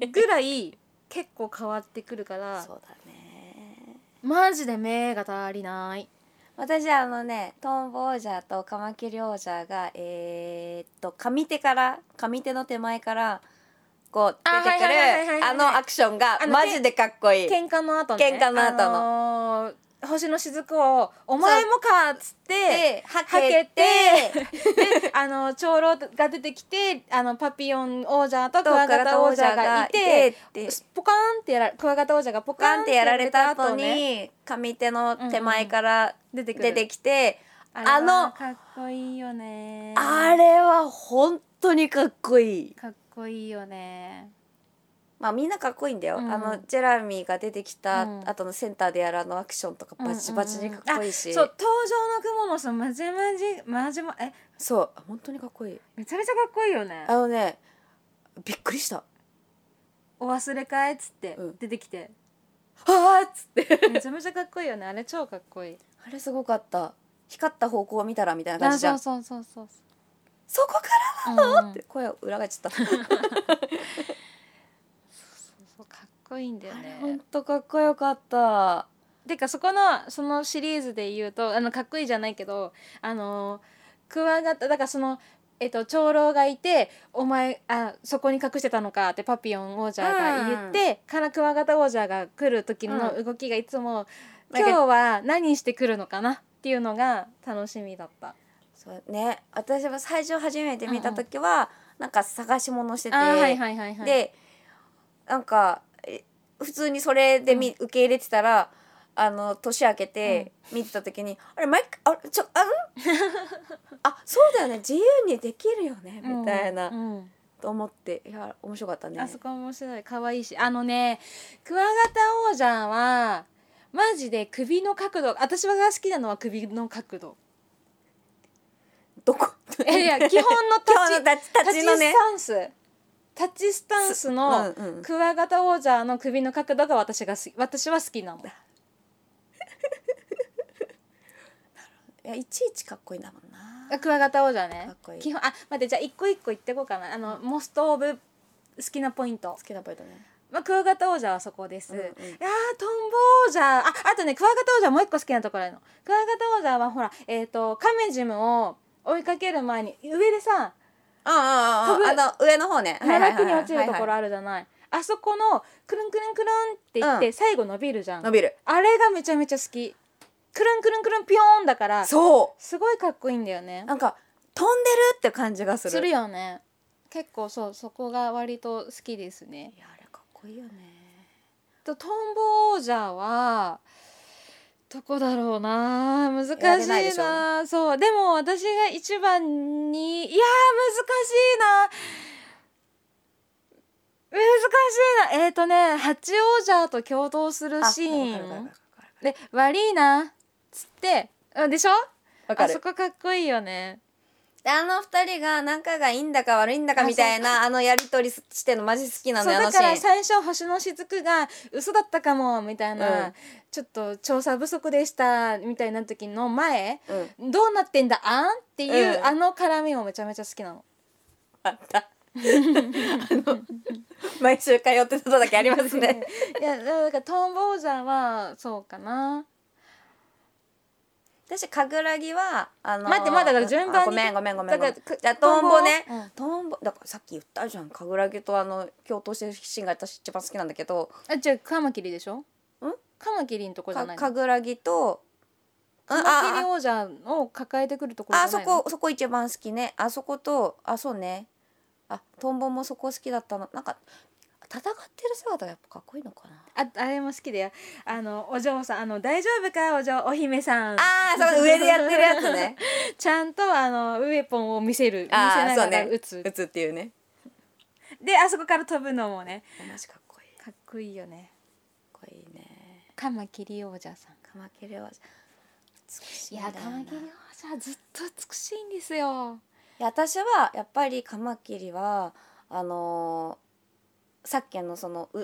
いぐらい結構変わってくるからそうだねマジで目が足りない私あのねトンボ王者とカマキリ王者がえー、っと上手から上手の手前からこう出てあはいはいはいはいくはいるあのアクションがあのマジでかっこいい喧嘩の後のね喧嘩の後のあのー星の雫を「お前もか」っつってでははけけててであの長老が出てきてあのパピヨン王者とクワガタ王者がいてってポカーンってやらクワガタ王者がポカーガンンっっててややらられれたた後後ねに上手の手前から出てくる出てきてあれはあのかっこいいよねあれは本当にかっこいいかっこいいよねまあみんなかっこいいんだよ、うんあのジェラミーが出てきたうん後のセンターでやるあのアクションとかバチバチにかっこいいし、そう登場の雲のさまじまじまじまえそう本当にかっこいいめちゃめちゃかっこいいよねあのねびっくりしたお忘れかえっつってうん 出てきて、はあっつってめちゃめちゃかっこいいよねあれ超かっこいいあれすごかった光った方向を見たらみたいな感あじじゃそうんそそうそうそうこから そう、うんって声を裏返っちゃった、そうそうかっこいいんだよあれねほんとかっこよかったてかそこのそのシリーズで言うとあのかっこいいじゃないけどあのクワガタだからその、えっと、長老がいて「お前あそこに隠してたのか」ってパピオン王者が言って、からクワガタ王者が来る時の動きがいつも、うん今日は何してくるのかなっていうのが楽しみだった。そうね私は最初初めて見た時は、なんか探し物してて、あーはいはいはいはい、でなんかえ普通にそれでみ、受け入れてたらあの年明けて見てた時に、あれマイクあれちょあ んあそうだよね自由にできるよねうんみたいな、うんと思っていや面白かったねあそこ面白い可愛いしあのねクワガタ王者はマジで首の角度私が好きなのは首の角 度ど こいやいや基本の 今日立の立ちち立ちの立ちスねタンス立ちスタンスのうんうんクワガタ王者の首の角度が私が好き私は好きなのいやいちいちかっこいいんだもんなあクワガタ王者ねかっこいい基本あ待ってじゃあ一個一個言ってこうかなあの、モストオブ好きなポイント好、きなポイントねまあ、クワガタ王者はそこです、うんうんいやートンボ王者ああとねクワガタ王者はもう一個好きなところあるのクワガタ王者はほらえっ、とカメジムを追いかける前に上でさあああああの上の方ねはいはいはい奈落に落ちるところはいあるじゃない,、あそこのくるんくるんくるんって言って、う最後伸びるじゃはいん伸びるあれがめちゃめちゃ好きくるんくるんくるんピョーンだからそすごいかっこいいんだよねうなんか飛んでるって感じがすするるよね結構そうそこが割と好きですねいやあれかっこいいよねとトンボ王者はどこだろうな難し選べないでいしなょそうでも私が一番にいやー難しいな難しいなえっ、ー、とね八王者と共闘するシーンで「悪いな」っつってあでしょわかあるそこかっこいいよねであの二人が仲がいいんだか悪いんだかみたいなあのやりとりしてるのマジ好きなのそうよあのだシからーン最初星の雫が嘘だったかもみたいな、うんちょっと調査不足でしたみたいな時の前うんどうなってんだあんっていう、うんあの絡みもめちゃめちゃ好きなの。あった あの毎週通ってただけありますねいやだからトンボ王者はそうかな。私神楽木はあの待ってまだだから順番にあごめんごめんごめんごめんだからじゃあトンボねトンボうんトンボだからさっき言ったじゃん神楽木とあの共闘してるシーンが私一番好きなんだけどあじゃあカマキリでしょ？ん？カマキリのとこじゃかないの？カ神楽木とうんマキリ王者を抱えてくるところじあゃそないの？こそこ一番好きねあそことあそうねあトンボもそこ好きだったのなんか戦ってる姿がやっぱかっこいいのかなああれも好きだよ。あのお嬢さんあの大丈夫かお嬢お姫さあん。ーそう上でやってるやつねちゃんとあのウェポンを見せる見せあなーそがうらね撃つ、打つ っていうねであそこから飛ぶのもねマジかっこいいかっこいいよねかっこいいねカマキリ王者さんカマキリは美しいいんだやよなカマキリ王者ずっと美しいんですよいや私はやっぱりカマキリはあのーさっきのそのう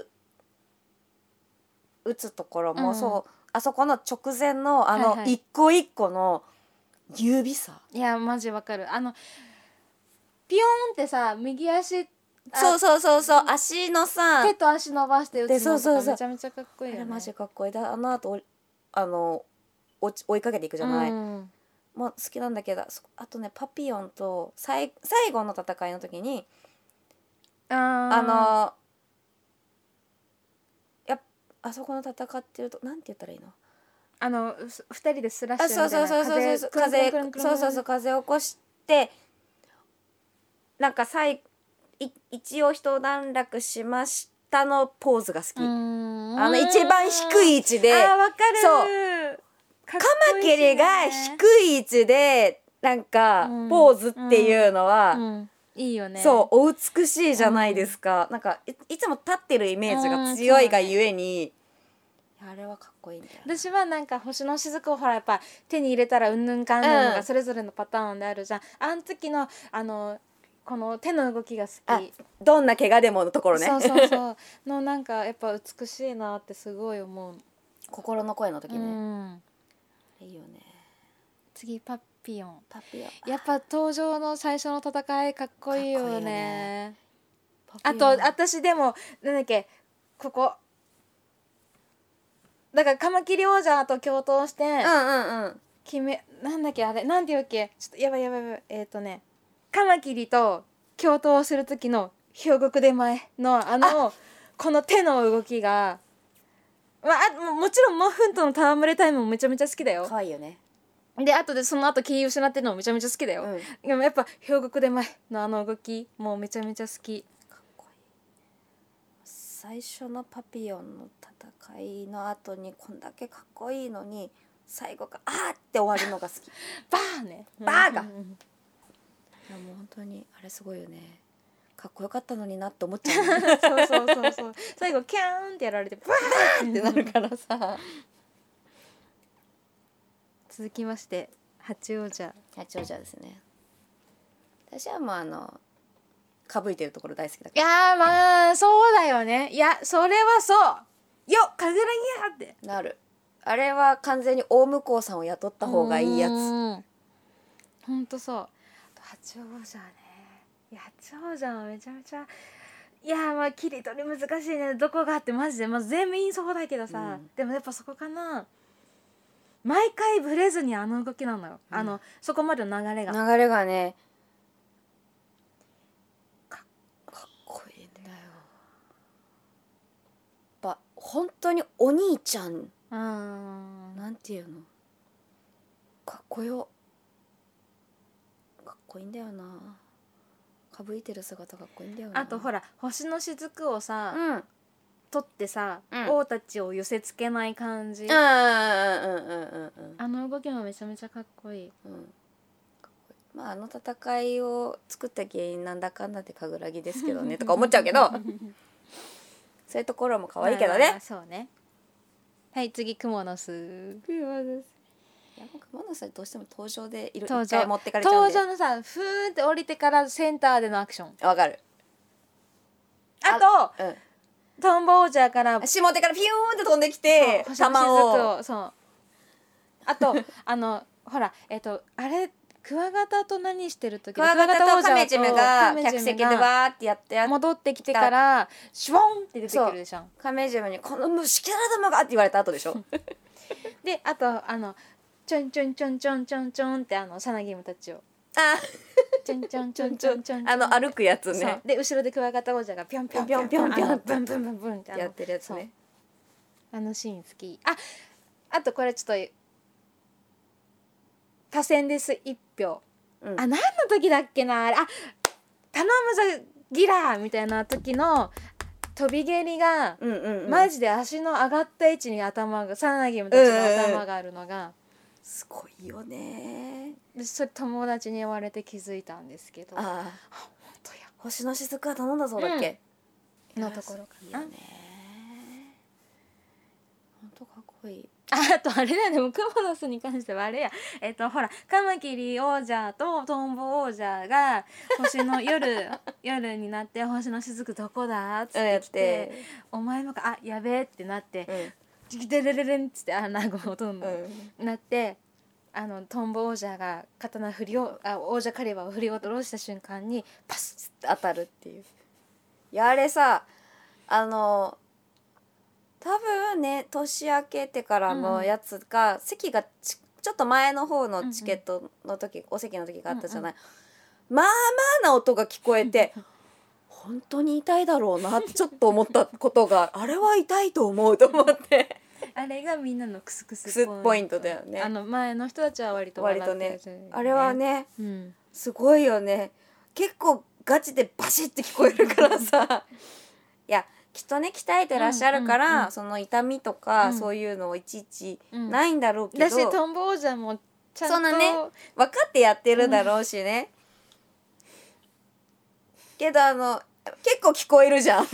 打つところもそう、あそこの直前のあはいはのい一個一個の指さ、いやマジわかるあのピヨーンってさ右足あそうそうそうそう足のさ手と足伸ばして打つのでそうそとうかそうめちゃめちゃかっこいいあよれねマジかっこいいだあの後おあの追追いかけていくじゃない、うんもう好きなんだけどそあとねパピオンと最最後の戦いの時にあああのやっあそこの戦ってるとなんて言ったらいいのあのうす二人でスラッあシそュうみたそいうなそうそうそう風くるんくるんくるんくるんそうそうそう風起こしてなんか最い一応一段落しましたのポーズが好き、うーんあの一番低い位置であーわかるカカマキリが低い位置でなんかうんポーズっていうのは、いいよねそうお美しいじゃないですか、なんかいいつも立ってるイメージが強いがゆえに、あれはかっこいいんだよね私はなんか星の雫をほらやっぱ手に入れたらうんぬんかんぬんうがんそれぞれのパターンであるじゃん、あの時のあのこの手の動きが好あきどんな怪我でものところねそうそうそうのなんかやっぱ美しいなってすごい思う、心の声の時うね、ん、いいよね次パピオンパピオやっぱ登場の最初の戦いかっこいいよねかっこいいよねあと私でもなんだっけここだからカマキリ王者と共闘して、うんうんうん決めなんだっけあれなんていうっけちょっとやばいやばいやばいえっ、とねカマキリと共闘する時の兵国出前のあのこの手の動きが、まあ、あももちろんモフンとの戯れタイムもめちゃめちゃ好きだよ可愛いよねであとでその後気失ってるのもめちゃめちゃ好きだよ、うんでもやっぱ兵国出前のあの動きもうめちゃめちゃ好きかっこいい最初のパピオンの戦いの後にこんだけかっこいいのに最後が「あー!」って終わるのが好きいバーねバーがうんうんやもう本当にあれすごいよねかっこよかったのになって思っちゃうよ ねそうそうそうそう最後キャーンってやられてバーンってなるからさ続きまして八王者八王子はですね私はもうあのかぶいてるところ大好きだいかやーまあそうだよねいやそれはそうよっかぐらぎやってらなるあれは完全に大向こうさんを雇った方がいいやうつーんほんとそうあと八王子はねいや八王子はめちゃめちゃいやーまあ切り取り難しいねどこがってマジで、まあ、全部いいそうだけどさ、うんでもやっぱそこかな毎回ブレずにあの動きなのよ、あうのそこまでの流れが流れがねかかっこいいんだよやっぱ本当にお兄ちゃんうーんなんていうのかっこよかっこいいんだよなかぶいてる姿かっこいいんだよなあとほら星の雫をさ、うんうん取ってさ、うん王たちを寄せつけない感じ、うんうんうんうんあの動きもめちゃめちゃかっこいい。うんうんかっこいいまああの戦いを作った原因なんだかんだって神楽木ですけど ねとか思っちゃうけどそういうところも可愛いけどまあまあまね あそうね。はい、次、クモの巣。クモの巣。いやもう熊野さんどうしても登場でいる登場一回持ってかれちゃうんで登場のさ、ふーんって降りてからセンターでのアクション。わかるあと、うんトンボ王者から、下手からピューンって飛んできてそう玉星のを雫そう。あと、 あの、ほら、えっと、あれ、クワガタと何してる時クワガタとカメジムがカメジムが客席でわーってやってやっ戻ってきてから、シュボンって出てくるでしょ。カメジムに「この虫キャラ玉が!」って言われた後でし ょであとあのちょんちょんちょんちょんちょんちょんってあのサナギムたちをあちょんちょんちょんちょんちょんあの歩くやつそうねで後ろでクワガタ王者がピョンピョンピョンピョンピョンブンブンブンブンってあのやってるやつねそうあのシーン好きああとこれちょっと多選です一票、うんあ何の時だっけなあれあ頼むぞギラーみたいな時の飛び蹴りが、うんうんうんマジで足の上がった位置に頭がサナギムたちの頭があるのが。すごいよねでそれ友達に言われて気づいたんですけど本ああ当や星の雫は頼んだそうだっけのところかいいよなね本当かっこいいああとあれだよでもクモの巣に関してはあれやえっとほらカマキリ王者とトンボ王者が星の 夜夜になって星の雫どこだっつうんっやてっきててお前もかあやべえってなってうんデレレレンっつって穴子をどんどんうなってあのトンボ王者が刀振りをあ王者狩り場を振り落とした瞬間にパス当たるっていういやあれさあの多分ね年明けてからのやつが、席がちちょっと前の方のチケットの時、お席の時があったじゃない、まあまあな音が聞こえて本当に痛いだろうなってちょっと思ったことがあれは痛いと思うと思って あれがみんなのクスククススポイントだよねあの前の人たちは割と笑割ってとるねというあれは、ねうん、すごいよね結構ガチでバシッて聞こえるから さいやきっとね鍛えてらっしゃるから、うんうんうんその痛みとか、うんそういうのをいちいちうんないんだろうけど、だしトンボ王者もちゃんとそうだね分かってやってるだろうしね、けどあの結構聞こえるじゃん痛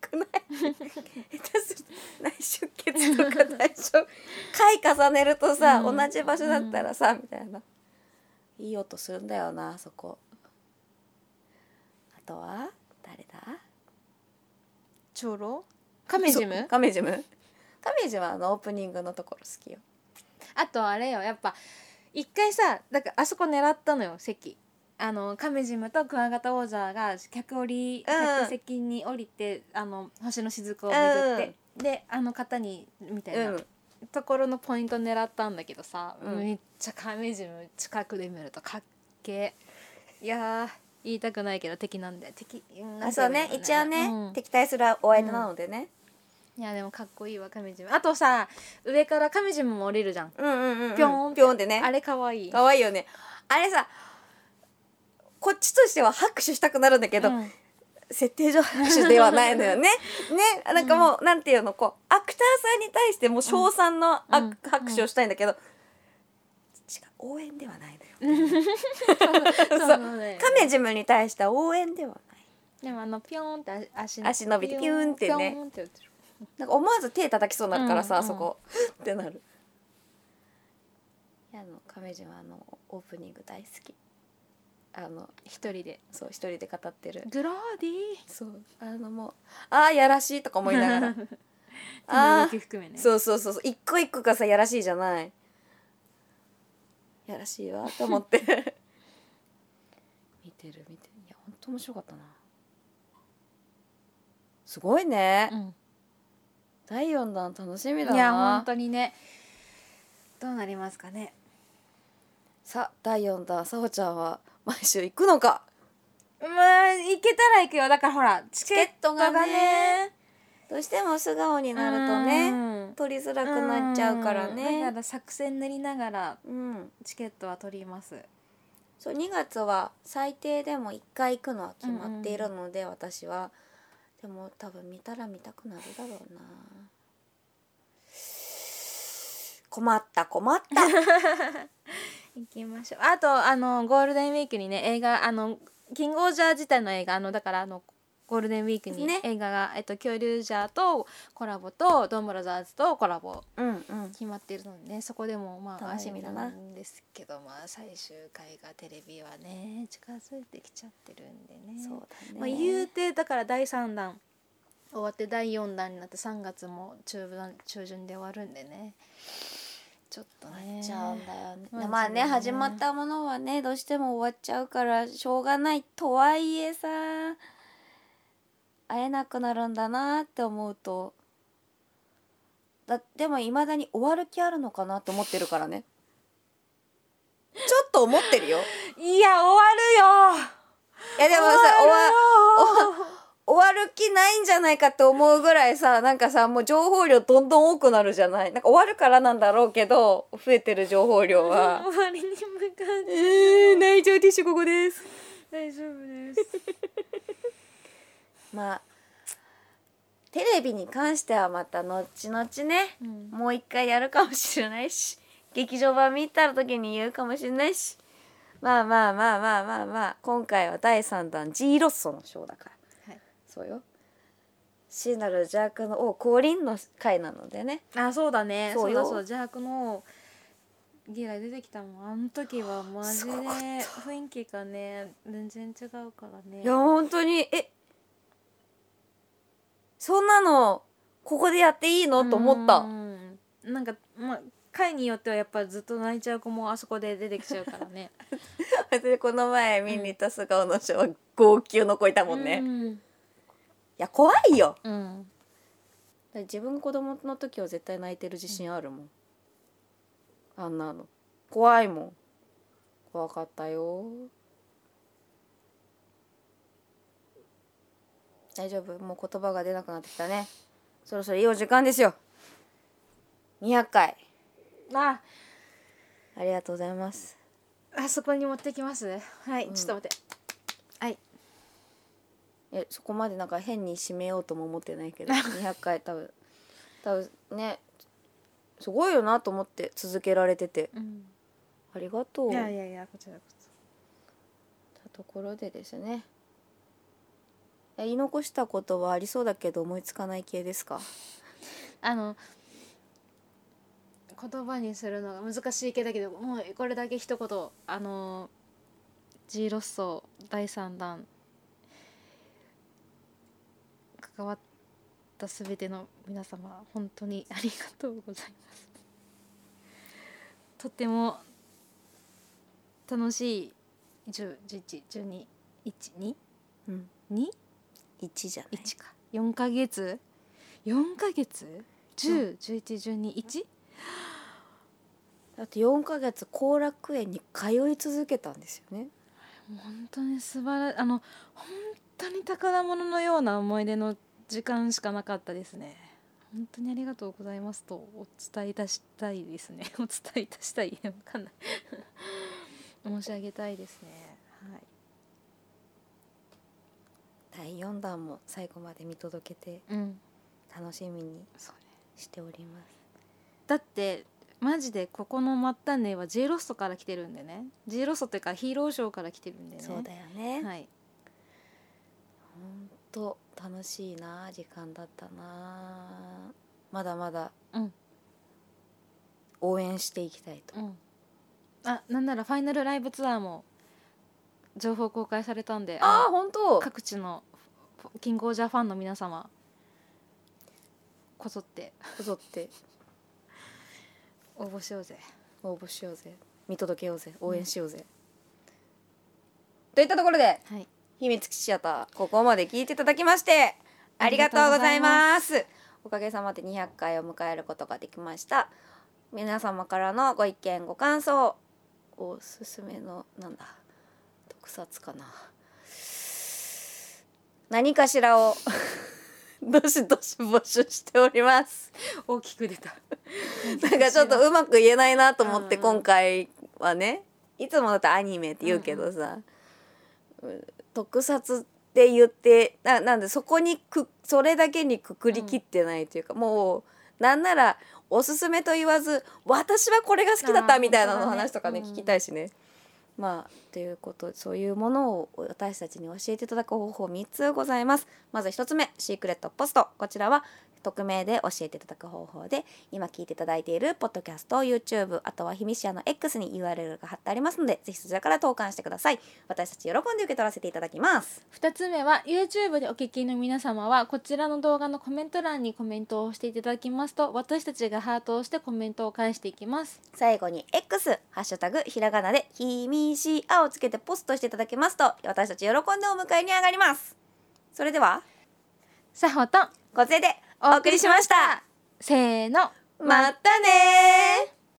くない下手すると内出血とか大丈夫回重ねるとさ、うん同じ場所だったらさ、みたいないい音するんだよなあそことは誰だチョロカメジムカメジムカメジムはあのオープニングのところ好きよあとあれよやっぱ一回さだからあそこ狙ったのよ席あのカメジムとクワガタ王者が客降り、うん客席に降りてあの星の雫を巡って、であの方にみたいな、うんところのポイント狙ったんだけどさ、うんめっちゃカメジム近くで見るとかっけえいやー言いたくないけど敵なんで敵うんあそうねなんて一言応んだろね、ううん敵対するお相手なのでね、いやでもかっこいいわカメジムあとさ上からカメジムも降りるじゃん、うん、うんうんうんピョーンピョンってねあれかわいい可愛いよねあれさこっちとしては拍手したくなるんだけど、うん設定上拍手ではないのよ ねねなんかもう、なんていうのこうアクターさんに対してもう称賛のあ、うん拍手をしたいんだけど、違う応援ではないのよそうなのよカメジムに対しては応援ではないでもあのピョーンって足足伸びてピューンってねピョーンって打ってるなんか思わず手叩きそうになるからさ、うんそこ ってなるいやあの亀島あのオープニング大好きあの一人でそう一人で語ってるグローディそうあのもうああやらしいとか思いな がら手のあ動あき含めねそうそうそうそう一個一個がさやらしいじゃないやらしいわと思 って見てる見てるいや本当面白かったなすごいね、うん第4弾楽しみだないや本当にねどうなりますかねさ第4弾さほちゃんは毎週行くのかまあ行けたら行くよだからほらチケットチケッがねトがねどうしても素顔になるとねね取りづらくなっちゃうからだねから作戦練りながらうんチケットは取りますそう2月は最低でも1回行くのは決まっているので、私はでも多分見たら見たくなるだろうな困った困った行きましょうあとあのゴールデンウィークにね映画あのキングオージャー自体の映画あのだからあのゴールデンウィークにね映画が、えっと、恐竜ジャーとコラボとドンブラザーズとコラボ うんうん決まっているのでねそこでもまあ楽しみだなあれんですけどまあ最終回がテレビはね近づいてきちゃってるんでねそうだね、まあ、言うてだから第3弾終わって第4弾になって3月も中盤中旬で終わるんでねちょっとねちゃうんだよね。まあまあねそうね始まったものはねどうしても終わっちゃうからしょうがないとはいえさ会えなくなるんだなって思うとだでもいまだに終わる気あるのかなと思ってるからねちょっと思ってるよ。いや終わるよいやでもさ終わ終わる気ないんじゃないかって思うぐらいさなんかさもう情報量どんどん多くなるじゃないなんか終わるからなんだろうけど増えてる情報量は。終わりに向かってえー、内情ティッシュここです。大丈夫ですまあテレビに関してはまた後々ね、うんもう一回やるかもしれないし劇場版見た時に言うかもしれないしまあまあまあまあまあまあ今回は第3弾 G ロッソのショーだからそうよシなる邪悪の王降臨の回なのでねあそうだねそそううよだそう邪悪のギラ出てきたもんあの時はマジすでごかった雰囲気がね全然違うからねいや本当にえそんなのここでやっていいのと思った。うんなんかまあ回によってはやっぱずっと泣いちゃう子もあそこで出てきちゃうからねでこの前見に行った素顔の人は号泣の子いたもんね、ういん、や怖いようん自分子供の時は絶対泣いてる自信あるもん、あんなの怖いもん怖かったよ大丈夫もう言葉が出なくなってきたねそろそろいいお時間ですよ200回あありがとうございますあそこに持ってきますはい、ちょっと待ってはいえそこまでなんか変に締めようとも思ってないけど200回多分多分ねすごいよなと思って続けられててうんありがとういやいやいやこちらこそたところでですねえ言い残したことはありそうだけど思いつかない系ですかあの言葉にするのが難しい系だけどもうこれだけ一言あの G ロッソ第3弾関わったすべての皆様本当にありがとうございますとっても楽しい10111212うん、1じゃない1か4ヶ月4ヶ月10111211だって4ヶ月後楽園に通い続けたんですよね本当に素晴らしいあの本当に宝物のような思い出の時間しかなかったですね本当にありがとうございますとお伝えいたしたいですね お伝えいたしたいわかんない 申し上げたいですねはい第4弾も最後まで見届けてうん楽しみにそうねしておりますだってマジでここの「まったね」は J ロストから来てるんでね J ロストっていうかヒーローショーから来てるんでねそうだよね、はい本当楽しいな時間だったなまだまだうん応援していきたいと、うんあなんならファイナルライブツアーも情報公開されたんであのああ本当各地のキングオージャーファンの皆様こぞってこぞって応募しようぜ応募しようぜ見届けようぜ応援しようぜ、といったところではい秘密基地シアターここまで聞いていただきましてありがとうございますおかげさまで200回を迎えることができました皆様からのご意見ご感想おすすめのなんだ特撮かな何かしら をどしどし募集しております大きく出た なんかちょっとうまく言えないなと思ってうんうん今回はねいつもだとアニメって言うけどさ、うん特撮って言ってななんでそこにくそれだけにくくりきってないというか、もうなんならおすすめと言わず私はこれが好きだっあたーみたいなの本当だね話とかねうん聞きたいしね。まあということそういうものを私たちに教えていただく方法3つございますまず1つ目シークレットポストこちらは匿名で教えていただく方法で今聞いていただいているポッドキャスト YouTube あとは秘密社の X に URL が貼ってありますのでぜひそちらから投函してください私たち喜んで受け取らせていただきます2つ目は YouTube でお聞きの皆様はこちらの動画のコメント欄にコメントをしていただきますと私たちがハートをしてコメントを返していきます最後に X ハッシュタグひらがなでひみしあをつけてポストしていただけますと私たち喜んでお迎えに上がりますそれではさほとご清でお送りしましたせーのまたねー